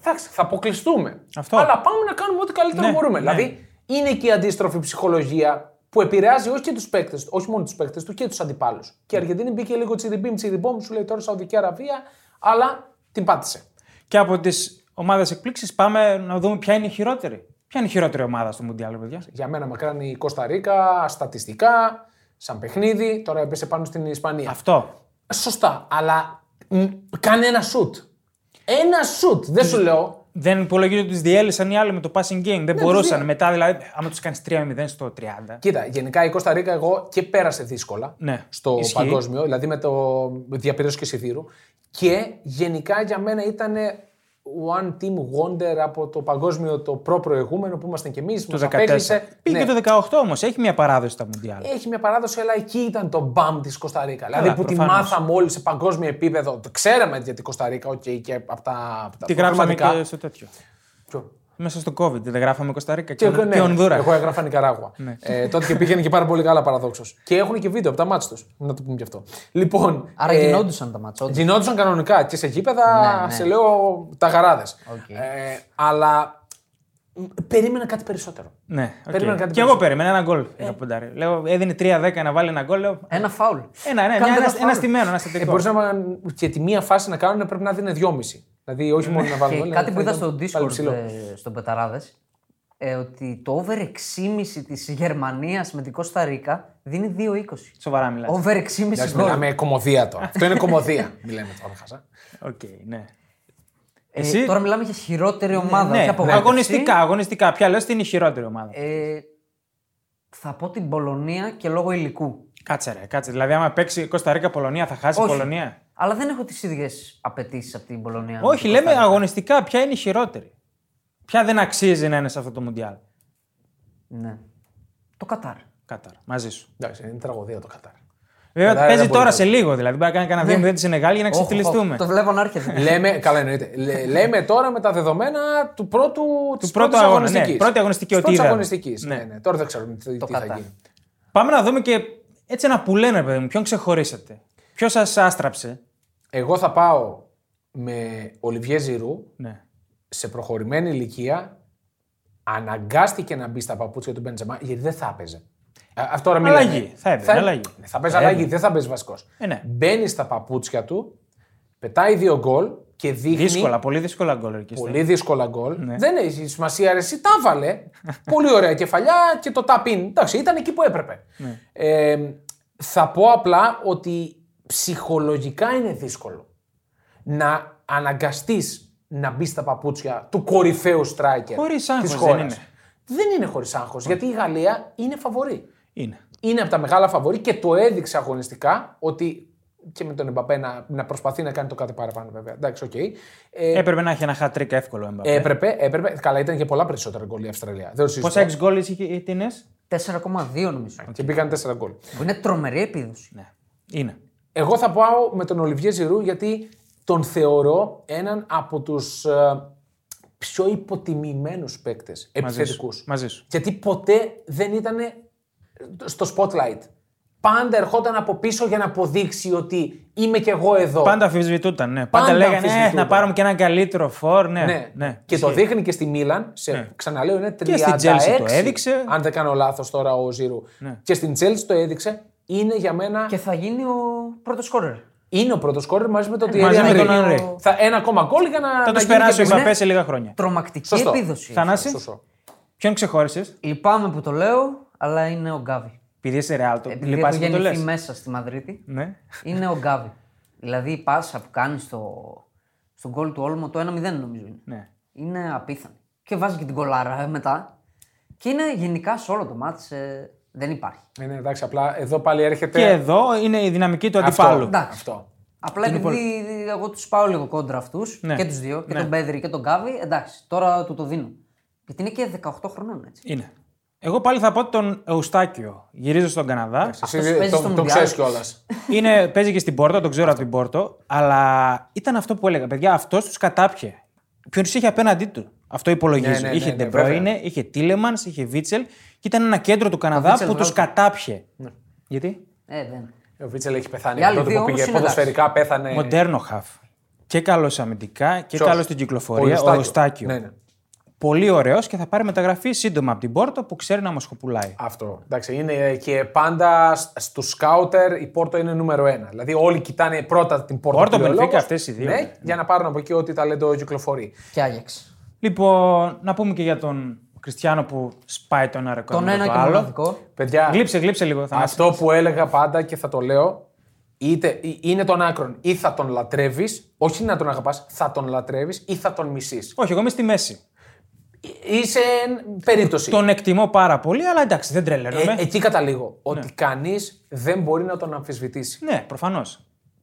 εντάξει, θα αποκλειστούμε. Αυτό. Αλλά πάμε να κάνουμε ό,τι καλύτερο Ναι, μπορούμε. ναι. Δηλαδή είναι και η αντίστροφη ψυχολογία που επηρεάζει όχι και τους παίκτες, όχι μόνο τους παίκτες του και τους αντιπάλους. Και η Αργεντινή μπήκε λίγο τσιριμπίμ, τσιριμπόμ, σου λέει τώρα Σαουδική Αραβία, αλλά την πάτησε. Και από τις ομάδες εκπλήξεις πάμε να δούμε ποια είναι η χειρότερη. Ποια είναι η χειρότερη ομάδα στο Μουντιάλ, ρε παιδιά. Για μένα μακράν η Κωνσταντίνα, στατιστικά, σαν παιχνίδι, τώρα έπεσε πάνω στην Ισπανία. Αυτό. Σωστά, αλλά μ, κάνε ένα σουτ. Ένα σουτ, δεν σου λέω. Δεν υπολογίζω ότι τους διέλυσαν οι άλλοι με το passing game. Ναι, Δεν μπορούσαν. Μετά, δηλαδή, άμα τους κάνεις 3-0 στο 30. Κοίτα, γενικά η Κωνσταντίνα εγώ και πέρασε δύσκολα Ναι, στο ισχύει. παγκόσμιο, δηλαδή με το διαπήρωση και σιδήρου. Και γενικά για μένα ήταν one team wonder από το παγκόσμιο το προπροηγούμενο που ήμασταν κι εμείς. Το 14. Πήγε ναι, Ε, το 18 όμως. Έχει μια παράδοση τα Μουντιάλ. Έχει μια παράδοση, αλλά εκεί ήταν το μπαμ της Κωνσταντίνα. Δηλαδή που τη προφανώς. μάθαμε όλοι σε παγκόσμιο επίπεδο. Το ξέραμε για την Κωνσταντίνα, οκ, και από τα. απ' τα Τη γράψαμε πραγματικά. και στο τέτοιο. Ποιο? Μέσα στο COVID. Δεν γράφαμε Κωνσταντίνα και, Και, και, ναι, Ονδούρα. Εγώ έγραφα Νικαράγουα. Ναι. ε, τότε και πήγαινε και πάρα πολύ καλά παραδόξως. Και έχουν και βίντεο από τα μάτια τους. Να το πούμε και αυτό. Λοιπόν. Άρα ε, γινόντουσαν τα μάτσα. όντως. Γινόντουσαν κανονικά και σε γήπεδα, Ναι, ναι. σε λέω τα γαράδες. Οκ. Ε, αλλά μ, περίμενα κάτι περισσότερο. Ναι, οκ. Περίμενα κάτι Και εγώ περισσότερο. Ε. περίμενα ένα γκολ. είχα ποντάρει. Λέω, έδινε 3-10 να βάλει ένα γκολ. Λέω, Ένα φάουλ. ένα, ναι, Κάντε μια- ένα, φάουλ. ένα στημένο, ένα Ε, στατικό. Μπορείς να και τη μία φάση να κάνουν πρέπει να δίνει δυόμιση. Δηλαδή, όχι μόνο να βάλουν. Ε, Και όλα, κάτι να που είδα κάνουν στο πάλι Discord ψηλό. ε, στον Πεταράδες, ε, ότι το over 6,5 της Γερμανίας με την Κωνσταντίνα δίνει 2,20. Σοβαρά μιλάς. Over 6,5 Εντάξει, γκολ. μιλάμε κομμωδία τώρα. αυτό είναι κομμωδία. Μιλάμε τώρα, Χάσα. Οκ, ναι. Ε, Εσύ- Τώρα μιλάμε για χειρότερη ομάδα. ναι, όχι απογοήτευση. αγωνιστικά, αγωνιστικά. Πια λε την χειρότερη ομάδα. Ε, θα πω την Πολωνία και λόγω υλικού. Κάτσε ρε, κάτσε. Δηλαδή, άμα παίξει Κωνσταντίνα Πολωνία, θα χάσει η Όχι. Πολωνία. Αλλά δεν έχω τις ίδιες απαιτήσεις από την Πολωνία. με Όχι, την λέμε Κωνσταντίνα. αγωνιστικά ποια είναι η χειρότερη. Ποια δεν αξίζει να είναι σε αυτό το Μουντιάλ. Ναι. Το Κατάρ. Κάταρα, μαζί σου. Εντάξει, είναι τραγωδία το Κατάρ. Βέβαια Κατάρα παίζει είναι πολύ τώρα καλό. Ναι. σε λίγο. Δηλαδή μπορεί να κάνει κανένα 2-0 τη Σενεγάλη για να Οχ, ξεφτυλιστούμε. οχ, Το βλέπω να έρχεται. Λέμε, καλά εννοείται. Λε- λέμε τώρα με τα δεδομένα του πρώτου, της πρώτου πρώτης αγώνα, αγωνιστικής. ναι. Πρώτη αγωνιστική, Της ό,τι πρώτης είδαμε. αγωνιστικής, Ναι. Ναι. ναι. Τώρα δεν ξέρουμε τι, Το τι θα κατά. γίνει. Πάμε να δούμε και έτσι ένα που λένε, παιδί μου. Ποιον ξεχωρίσατε. Ποιος σας άστραψε. Εγώ θα πάω με Ολιβιέ Ζηρού Ναι. σε προχωρημένη ηλικία. Αναγκάστηκε να μπει στα παπούτσια του Μπεντζεμά γιατί δεν θα έπαιζε. Α, Αυτό τώρα μιλάμε. Αλλαγή, θα έβγαινε, αλλαγή. Ναι, Θα παίζει Θα αλλαγή, έβγαινε. δεν θα παίζει βασικός. Ε, ναι. Μπαίνει στα παπούτσια του, πετάει δύο γκολ και δείχνει. Δύσκολα, πολύ δύσκολα γκολ. εκεί Πολύ στα- δύσκολα γκολ. Ναι. Δεν έχει σημασία, ρε, εσύ τα βάλε. πολύ ωραία κεφαλιά και το tap in. Εντάξει, ήταν εκεί που έπρεπε. Ναι. Ε, θα πω απλά ότι ψυχολογικά είναι δύσκολο να αναγκαστείς να μπεις στα παπούτσια του κορυφαίου striker Χωρίς άγχος της δεν χώρας. είναι. Δεν είναι χωρίς άγχος, γιατί η Γαλλία είναι φαβορή Είναι. είναι από τα μεγάλα φαβορή και το έδειξε αγωνιστικά ότι και με τον Εμπαπέ να, να προσπαθεί να κάνει το κάτι παραπάνω βέβαια. Εντάξει, οκ. Ε, Έπρεπε να έχει ένα χατρίκ εύκολο. Εμπαπέ. έπρεπε, έπρεπε. Καλά, ήταν και πολλά περισσότερα γκολ η Αυστραλία. Δεν το συζητώ. Πόσα έξι γκολ ε, είχε η Τίνε. 4,2 νομίζω. Και μπήκαν τέσσερα γκολ. Που είναι τρομερή επίδοση. Ναι. Είναι. Εγώ θα πάω με τον Ολιβιέ Ζηρού γιατί τον θεωρώ έναν από τους πιο υποτιμημένους παίκτες Μαζί σου. επιθετικούς. Μαζί σου. Γιατί ποτέ δεν ήταν στο spotlight. Πάντα ερχόταν από πίσω για να αποδείξει ότι είμαι κι εγώ εδώ. Πάντα αμφισβητούταν. Ναι. Πάντα, Πάντα λέγανε «Ε, αμφισβητούνταν. να πάρουμε και έναν καλύτερο φόρ. Ναι. Ναι. ναι. Και το Ισχύει. Ναι. δείχνει και στη Μίλαν. Σε, Ξαναλέω, είναι 36. Και στην Chelsea το έδειξε. Ναι. Αν δεν κάνω λάθος τώρα ο Ζήρου. Και στην Τσέλση το έδειξε. Είναι για μένα. Και θα γίνει ο πρώτος σκόρερ. Ναι. Είναι ο πρώτος κόρη μαζί με τον Μαζί Thierry με Henry. τον Henry. Θα ένα ακόμα γκολ για να. Θα να τους γίνει περάσει ο και Εμπαπέ σε λίγα χρόνια. Τρομακτική Σωστό. επίδοση. Θανάσης. Σωστό. Ποιον ξεχώρισες. Λυπάμαι που το λέω, αλλά είναι ο Γκάβι. Επειδή είσαι ρεάλ, Ε, το Επειδή έχω λυπάσαι που το λε. γεννηθεί μέσα στη Μαδρίτη, Ναι. είναι ο Γκάβι. Δηλαδή η πάσα που κάνει στο, στον γκολ του Όλμο, το 1-0 νομίζω είναι. ναι. Είναι απίθανη. Και βάζει και την κολάρα ε, μετά. Και είναι γενικά σε όλο το μάτς, ε, δεν υπάρχει. Ναι, ναι, εντάξει, απλά εδώ πάλι έρχεται. Και εδώ είναι η δυναμική του αυτό. αντιπάλου. Εντάξει. Αυτό. Απλά επειδή εγώ τους πάω λίγο κόντρα αυτούς Ναι. και τους δύο, και Ναι. τον Πέδρη και τον Γκάβι, εντάξει, τώρα του το δίνω. Γιατί είναι και 18 χρονών έτσι. Είναι. Εγώ πάλι θα πω τον Εουστάκιο. Γυρίζω στον Καναδά. Εσύ Αυτός παίζει στο το, το Μουντιάλ. ξέρεις κιόλας. Είναι, παίζει και στην Πόρτο, τον ξέρω από την Πόρτο. Αλλά ήταν αυτό που έλεγα, παιδιά, αυτός τους κατάπιε. Ποιον τους είχε απέναντί του. Αυτό υπολογίζω. Ναι, ναι, είχε ναι, ναι, De βέβαια. Bruyne, είχε Τίλεμαν, είχε Βίτσελ και ήταν ένα κέντρο του Καναδά Βίτσελ που τους βγάζει. κατάπιε. Ναι. Γιατί? Ε, δεν. Ο Βίτσελ έχει πεθάνει. Οι άλλοι Τότε δύο που όμως πήγε είναι ποδοσφαιρικά πέθανε. Μοντέρνο χαφ. Και καλός αμυντικά και Ποιος? καλός στην κυκλοφορία. Ο Εουστάκιο. Ναι, ναι. Πολύ ωραίος και θα πάρει μεταγραφή σύντομα από την Πόρτο που ξέρει να μας χοπουλάει. Αυτό. Εντάξει, είναι και πάντα στους σκάουτερ η Πόρτο είναι νούμερο ένα. Δηλαδή όλοι κοιτάνε πρώτα την Πόρτο. Πόρτο, που λέει ο Μπενφίκα, λόγος. αυτές οι δύο, Ναι, ναι. για να πάρουν από εκεί ό,τι ταλέντο κυκλοφορεί. Και Άγιαξ. Λοιπόν, να πούμε και για τον Κριστιανό που σπάει το ένα ρεκόρ. Τον με ένα το και άλλο. μοναδικό. Παιδιά, Γλύψε, γλύψε λίγο. Θα αυτό που έλεγα πάντα και θα το λέω είτε είναι των άκρων ή θα τον λατρεύεις, όχι να τον αγαπάς, θα τον λατρεύεις ή θα τον μισείς. Όχι, εγώ είμαι στη μέση. Είσαι περίπτωση. Τον Ναι. εκτιμώ πάρα πολύ, αλλά εντάξει, δεν τρελαίνομαι. Ε, εκεί καταλήγω. Ότι κανείς δεν μπορεί να τον αμφισβητήσει. Ναι, προφανώς.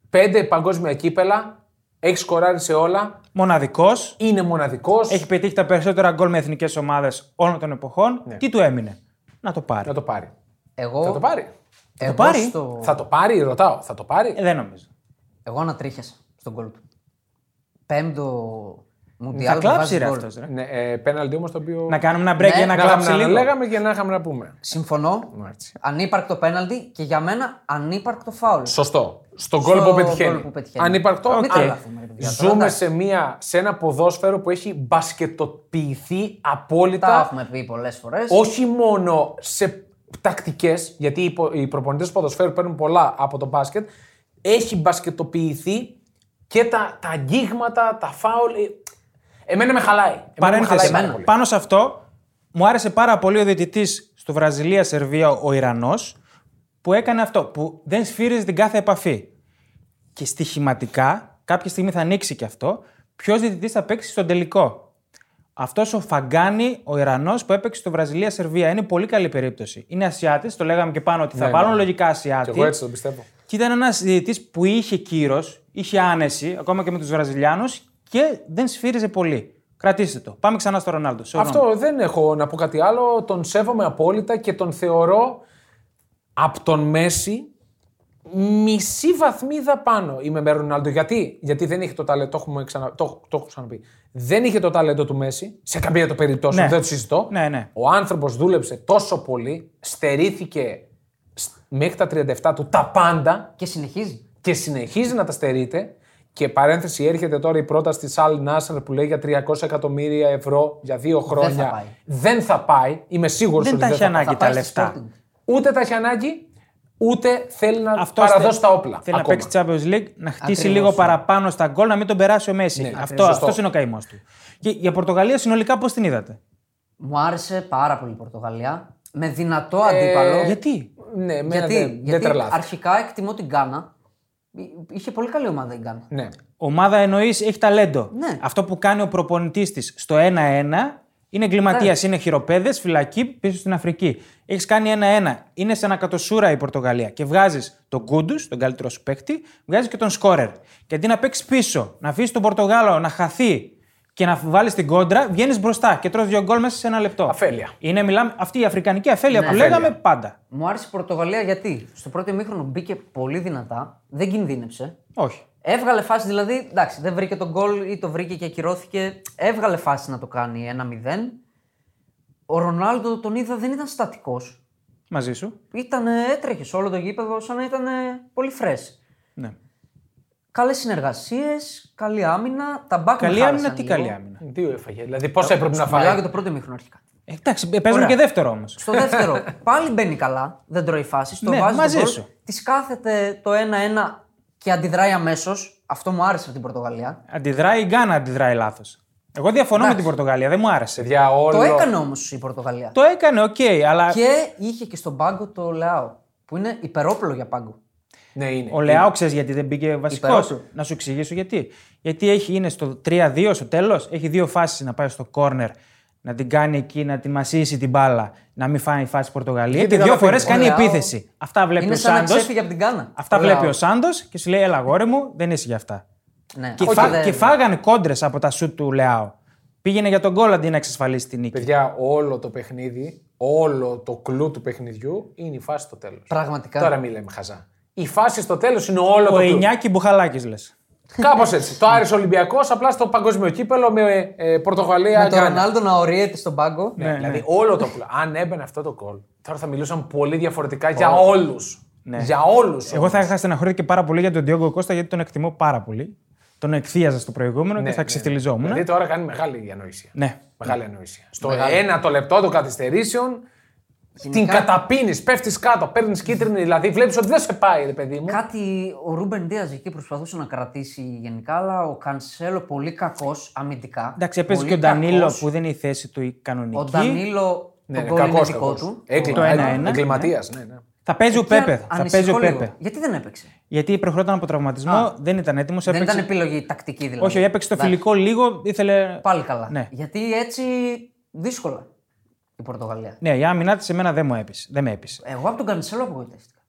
Πέντε παγκόσμια κύπελα, έχεις σκοράρει σε όλα, Μοναδικός. είναι μοναδικός. Έχει πετύχει τα περισσότερα γκολ με εθνικές ομάδες όλων των εποχών. Τι του έμεινε. Να το πάρει. Ναι. Να το πάρει. Εγώ, Θα το πάρει. εγώ πάρει. στο- Θα το πάρει, ρωτάω. Θα το πάρει. Ε, δεν νομίζω. Εγώ ανατρίχιασα στον κόλπο. του. Πέμπτο θα μουντιάλ. που κλάψει βάζει ρε γκολ. αυτός, ρε. Ναι, ε, πέναλτι όμως το οποίο. Να κάνουμε ένα break Ναι, για να να, κλάψει να, λίγο. λέγαμε και να είχαμε να πούμε. Συμφωνώ. Ναι. έτσι. Ανύπαρκτο πέναλτι και για μένα ανύπαρκτο φάουλ. Σωστό. Στον κόλ που γκολ πετυχαίνει. που πετυχαίνει. Ανυπαρκτό. Μην αλλά τα λάθουμε, ρε παιδιά, τώρα, Ζούμε εντάξει. σε, μια, σε ένα ποδόσφαιρο που έχει μπασκετοποιηθεί Τα απόλυτα. έχουμε πει πολλές φορές. όχι μόνο σε τακτικές, γιατί οι πο- οι προπονητές του ποδοσφαίρου παίρνουν πολλά από το μπάσκετ. Έχει μπασκετοποιηθεί και τα, τα αγγίγματα, τα φάουλ. ε, Εμένα με χαλάει. Εμένα με χαλάει Παρένθεση. πάρα πολύ. Πάνω σε αυτό, μου άρεσε πάρα πολύ ο διαιτητής του Βραζιλία-Σερβία, ο Ιρανός, που έκανε αυτό. Που δεν σφύριζε την κάθε επαφή. Και στοιχηματικά, κάποια στιγμή θα ανοίξει και αυτό, ποιος διαιτητής θα παίξει στον τελικό. Αυτός ο Φαγκάνη, ο Ιρανός που έπαιξε στο Βραζιλία-Σερβία, είναι πολύ καλή περίπτωση. Είναι Ασιάτης, το λέγαμε και πάνω ότι θα Ναι, βάλουν ναι. λογικά Και Ασιάτη. εγώ έτσι το πιστεύω. Και ήταν ένας διαιτητής που είχε κύρος, είχε άνεση, ακόμα και με τους Βραζιλιάνους και δεν σφύριζε πολύ. Κρατήστε το. Πάμε ξανά στο Ρονάλντο. Συγγνώμη. Αυτό δεν έχω να πω κάτι άλλο. Τον σέβομαι απόλυτα και τον θεωρώ από τον Μέση μισή βαθμίδα πάνω είμαι με Ρονάλντο. Γιατί? Γιατί δεν είχε το ταλέντο, το, έχουμε ξανα, το, το έχω ξαναπεί. Δεν είχε το ταλέντο του Μέση, σε καμία το περιπτώσει, Ναι. δεν το συζητώ. Ναι, ναι. Ο άνθρωπος δούλεψε τόσο πολύ, στερήθηκε σ- μέχρι τα 37 του τα πάντα Και συνεχίζει. και συνεχίζει να τα στερείται. Και παρένθεση έρχεται τώρα η πρόταση της Αλ Νάσερ που λέει για 300 εκατομμύρια ευρώ για δύο χρόνια. θα πάει. Δεν θα πάει. Είμαι σίγουρος ότι δεν τα δεν έχει θα πάει. ανάγκη θα πάει τα στη λεφτά. Sporting. Ούτε τα έχει ανάγκη, ούτε θέλει να Αυτός παραδώσει θε- τα όπλα. Θέλει ακόμα. να παίξει Champions League, να χτίσει Ακριβώς. λίγο παραπάνω στα γκολ, να μην τον περάσει ο Μέση. αυτό, ακριβώς. αυτός Ναι, Σωστό. είναι ο καημός του. Και για Πορτογαλία συνολικά πώς την είδατε. Μου άρεσε πάρα πολύ η Πορτογαλία. Με δυνατό αντίπαλο. Γιατί. Ναι, Ε, εμένα γιατί, δεν, δεν γιατί τρελάθηκα. αρχικά εκτιμώ την Γκάνα. Εί- Είχε πολύ καλή ομάδα η Γκάνα. Ναι. Ομάδα εννοείς έχει ταλέντο. Ναι. Αυτό που κάνει ο προπονητής της στο 1-1 είναι εγκληματίας. Ναι. Είναι χειροπέδες, φυλακή πίσω στην Αφρική. Έχεις κάνει 1-1. Είναι σε ανακατοσούρα η Πορτογαλία. Και βγάζεις τον Κούντους, τον καλύτερο σου παίκτη, βγάζεις και τον σκόρερ. Και αντί να παίξεις πίσω, να αφήσεις τον Πορτογάλο να χαθεί και να βάλεις την κόντρα, βγαίνεις μπροστά και τρως δύο γκολ μέσα σε ένα λεπτό. Αφέλεια. Είναι, μιλάμε, αυτή η αφρικανική αφέλεια που Ναι, αφέλεια. λέγαμε πάντα. Μου άρεσε η Πορτογαλία γιατί στο πρώτο ημίχρονο μπήκε πολύ δυνατά, δεν κινδύνεψε. Όχι. Έβγαλε φάση δηλαδή, εντάξει, δεν βρήκε τον γκολ ή το βρήκε και ακυρώθηκε. Έβγαλε φάση να το κάνει 1-0. Ο Ρονάλντο τον είδα δεν ήταν στατικός. Μαζί σου. Ήτανε, έτρεχε σε όλο το γήπεδο σαν να ήταν πολύ fresh. Ναι. Καλές συνεργασίες, καλή άμυνα. Τα μπακ Καλή άμυνα, τι καλή άμυνα. Δύο έφαγε. Δηλαδή, πόσα έπρεπε να Μιλάω για φάει. το πρώτο ημίχρονο αρχικά. Ε, Εντάξει, παίζουμε Ωραία. και δεύτερο όμως. Στο δεύτερο, πάλι μπαίνει καλά, δεν τρώει φάσεις. Το Ναι, βάζει μαζί μαζί σου. σου. Της κάθεται το 1-1 και αντιδράει αμέσως. Αυτό μου άρεσε από την Πορτογαλία. Αντιδράει η Γκάνα, αντιδράει λάθος. Εγώ διαφωνώ με την Πορτογαλία, δεν μου άρεσε. Παιδιά, όλο... Το έκανε όμως η Πορτογαλία. Το έκανε, οκ, αλλά Και είχε και στον πάγκο το Λεάο, που είναι υπερόπλο για πάγκο. Ναι, είναι. ο Λεάο ξέρεις γιατί δεν μπήκε βασικό. Υπερόπλο. Να σου εξηγήσω γιατί. Γιατί έχει, είναι στο 3-2 στο τέλος, έχει δύο φάσεις να πάει στο corner, να την κάνει εκεί, να τη μασίσει την μπάλα, να μην φάει φάση Πορτογαλία. Και την δύο καταφέρνει. φορέ κάνει Ο Λεάο επίθεση. Αυτά βλέπει Είναι ο σαν να Σάντος. ξέφυγε από την Κάνα. Αυτά βλέπει ο Σάντος και σου λέει: Ελά, αγόρι μου, δεν είσαι για αυτά. Ναι, Και, αυτό φά- δεν- και φάγανε κόντρες από τα σουτ του Λεάο. Πήγαινε για τον κόλλ αντί να εξασφαλίσει την νίκη. Παιδιά, όλο το παιχνίδι, όλο το κλου του παιχνιδιού είναι η φάση στο τέλος. Πραγματικά. Τώρα μη λέμε χαζά. Η φάση στο τέλος είναι όλο Ο το κλου. Ενιάκη Μπουχαλάκης λες. Κάπως έτσι. Το Άρης Ολυμπιακός, απλά στο παγκόσμιο κύπελο με ε, Πορτογαλία. Με τον Γκάνα. Ρονάλντο να ορίεται στον πάγκο. Ναι, δηλαδή όλο το πλάνο. Αν έμπαινε αυτό το κολ, τώρα θα μιλούσαν πολύ διαφορετικά για όλου. Για όλους. Ναι. Εγώ θα είχα στεναχωρηθεί και πάρα πολύ για τον Διόγκο Κώστα γιατί τον εκτιμώ πάρα πολύ. Τον εκθίαζα στο προηγούμενο Ναι, και θα ξεφτυλιζόμουν. Δηλαδή τώρα κάνει μεγάλη ανοησία. Ναι. Μεγάλη ανοησία. Στο ένα το λεπτό των καθυστερήσεων. Την καταπίνεις, πέφτεις κάτω, παίρνεις κίτρινη, δηλαδή βλέπεις ότι δεν σε πάει, ρε παιδί μου. Κάτι ο Ρούμπεν Ντίαζ εκεί προσπαθούσε να κρατήσει γενικά, αλλά ο Κανσέλο πολύ κακός αμυντικά. Εντάξει, έπαιζε και Πολύ ο Ντανίλο κακός. που δεν είναι η θέση του η κανονική. Ο Ντανίλο. Ναι, τον ναι, γκολ είναι κακός, δικό κακός. του. Έκλειμα, Το έκλειμα, 1-1, Εγκληματίας, ναι, ναι. Θα παίζει Ε, ο Εκεί αν- Πέπε. Θα ανησυχώ παίζει ο λίγο. Πέπε. Γιατί δεν έπαιξε. Γιατί προχωρόταν από τραυματισμό, Α. δεν ήταν έτοιμος. Δεν ήταν επιλογή τακτική δηλαδή. Όχι, έπαιξε το Εντάξει, φιλικό λίγο, ήθελε. Πάλι καλά. Ναι. Γιατί έτσι δύσκολα η Πορτογαλία. Ναι, η άμυνά της σε μένα δεν μου έπεισε. Δεν με έπεισε. Εγώ από τον Κανσέλο απογοητεύτηκα.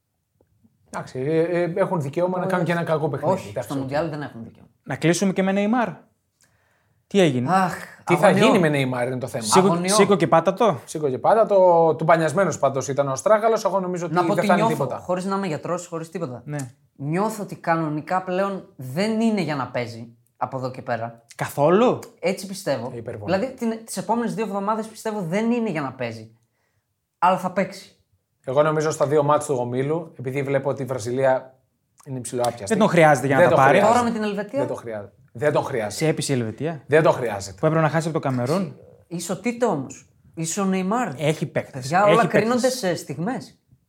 Εντάξει, ε, ε, έχουν δικαίωμα να κάνουν και ένα κακό παιχνίδι. Όχι, Εντάξει. στο Μουντιάλ δεν έχουν δικαίωμα. Να κλείσουμε και με Νεϊμάρ. Τι έγινε. Αχ, Τι θα αγωνιό. γίνει με Neymar είναι το θέμα. Σήκω, αγωνιό. σήκω και πάτα το. Σήκω και πάντα. Το, του πανιασμένο πάντως ήταν ο Στράγαλος. Εγώ νομίζω ότι Να πω δεν ότι θα είναι νιώθω, τίποτα. χωρίς να είμαι γιατρός, χωρίς τίποτα. Ναι. Νιώθω ότι κανονικά πλέον δεν είναι για να παίζει από εδώ και πέρα. Καθόλου. Έτσι πιστεύω. Υπερβολή. Δηλαδή τις επόμενες δύο εβδομάδες πιστεύω δεν είναι για να παίζει. Αλλά θα παίξει. Εγώ νομίζω στα δύο μάτς του Γομίλου, επειδή βλέπω ότι η Βραζιλία είναι υψηλοάπιαστη. Δεν τον χρειάζεται για να Δεν τα τον πάρει. χρειάζεται. Τώρα με την Ελβετία. Δεν το χρειάζεται. Δεν τον χρειάζεται. Σε έπεισε η Ελβετία. Δεν τον χρειάζεται. Που έπρεπε να χάσει από το Καμερούν. Ίσο Τίτε όμω. Ίσο Νεϊμάρ. Ε, Έχει παίκτες. Για όλα κρίνονται σε στιγμές.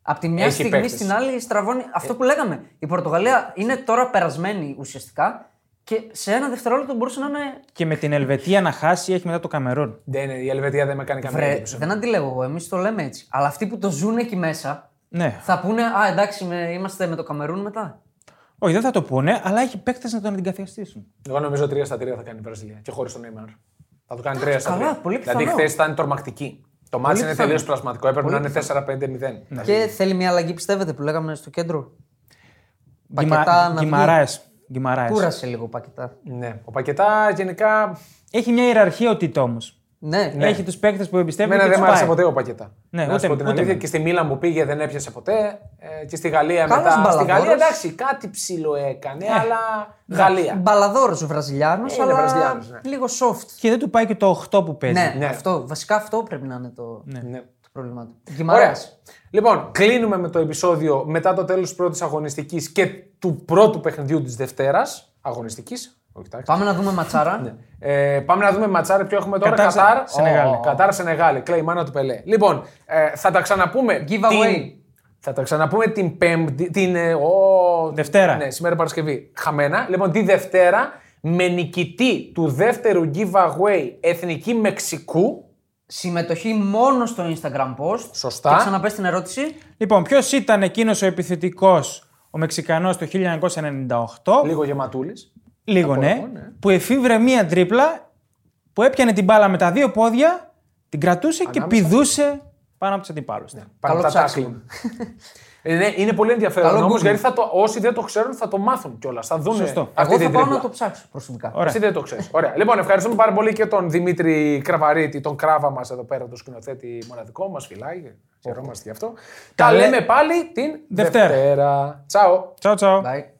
Από τη μια Έχει στιγμή παίκτες. Ε. στην άλλη στραβώνει. Αυτό που λέγαμε. Η Πορτογαλία είναι τώρα περασμένη ουσιαστικά και σε ένα δευτερόλεπτο μπορούσε να είναι. Και με την Ελβετία να χάσει έχει μετά το Καμερούν. Δεν, η Ελβετία δεν με κάνει καμία Βρε, εντύπωση. δεν αντιλέγω εγώ. Εμείς το λέμε έτσι. Αλλά αυτοί που το ζουν εκεί μέσα Ναι. θα πούνε Α, εντάξει, με- είμαστε με το Καμερούν μετά. Όχι, δεν θα το πούνε, αλλά έχει παίκτες να τον αντικαθιστήσουν. Εγώ νομίζω 3 στα 3 θα κάνει η Βραζιλία και χωρίς τον Νέιμαρ. Θα το κάνει 3 στα 3. καλά, πολύ δηλαδή πιθανό. χθες ήταν τρομακτική. Το μάτς είναι πιθανό. τελείως πλασματικό. Έπρεπε να είναι 4-5-0. Ναι. Και θέλει μια αλλαγή, πιστεύετε, που λέγαμε στο κέντρο. Πακετά να βγει. Γκυμαράε. Γκυμαράε. Κούρασε λίγο πακετά. Ναι. Ο Πακετά γενικά. Έχει μια ιεραρχία ο Τίτο όμως. Ναι, Έχει τους παίκτες που εμπιστεύεται. Εμένα δεν και τους μου άρεσε πάει. ποτέ ο Πακετά. Ναι, να ούτε σου πω την εμ- ούτε αλήθεια. εμένα. Και στη Μίλαν που πήγε δεν έπιασε ποτέ. Ε, και στη Γαλλία Καλός μετά. Στη μπαλαδόρος. Γαλλία εντάξει, κάτι ψηλό έκανε, Ναι. αλλά Γαλλία. Μπαλαδόρος ο Βραζιλιάνος, Είναι αλλά Βραζιλιάνος, ναι. λίγο soft. Και δεν του πάει και το 8 που παίζει. Ναι, Ναι. Αυτό, βασικά αυτό πρέπει να είναι το, Ναι. το πρόβλημά του. Ωραία. Γκυμαράς. Λοιπόν, κλείνουμε με το επεισόδιο μετά το τέλος της πρώτης αγωνιστικής και του πρώτου παιχνιδιού της Δευτέρας. Αγωνιστικής. Πάμε να δούμε ματσάρα. Ε, πάμε να δούμε ματσάρε ποιο έχουμε τώρα. Κατάρ, Κατάρ, Κατάρ, Σε- Σενεγάλη. Κατάρ Σενεγάλη. Κλέη, μάνα του Πελέ. Λοιπόν, ε, θα τα ξαναπούμε. Giveaway. θα τα ξαναπούμε την Πέμπτη. Την, ε, ο, Δευτέρα. Ναι, σήμερα Παρασκευή. Χαμένα. Λοιπόν, τη Δευτέρα με νικητή του δεύτερου giveaway Εθνική Μεξικού. Συμμετοχή μόνο στο Instagram post. Σωστά. Και ξαναπες την ερώτηση. Λοιπόν, ποιος ήταν εκείνος ο επιθετικός, ο Μεξικανός το 1998. Λίγο γεματούλης. Λίγο, ναι, εγώ, ναι. Που εφήβρε μία τρίπλα που έπιανε την μπάλα με τα δύο πόδια, την κρατούσε και πηδούσε πάνω από του αντιπάλου. Πάνω Καλό από τα ψάξιμο. τάκλιν. Ε, ναι, είναι πολύ ενδιαφέρον Καλό όμω Google. γιατί θα το, όσοι δεν το ξέρουν θα το μάθουν κιόλας. Θα δουν Σωστό. αυτή Εγώ την θα πάω τρίπλα. να το ψάξω προσωπικά. Ωραία. Εσύ δεν το ξέρεις. Ωραία. Λοιπόν, ευχαριστούμε πάρα πολύ και τον Δημήτρη Κραβαρίτη, τον κράβα μας εδώ πέρα, τον σκηνοθέτη μοναδικό. Μας φυλάει. Χαιρόμαστε γι' αυτό. Τα Καλέ- λέμε πάλι την Δευτέρα. Δευτέρα. Τσαο. Τσαου, τσαου. Bye.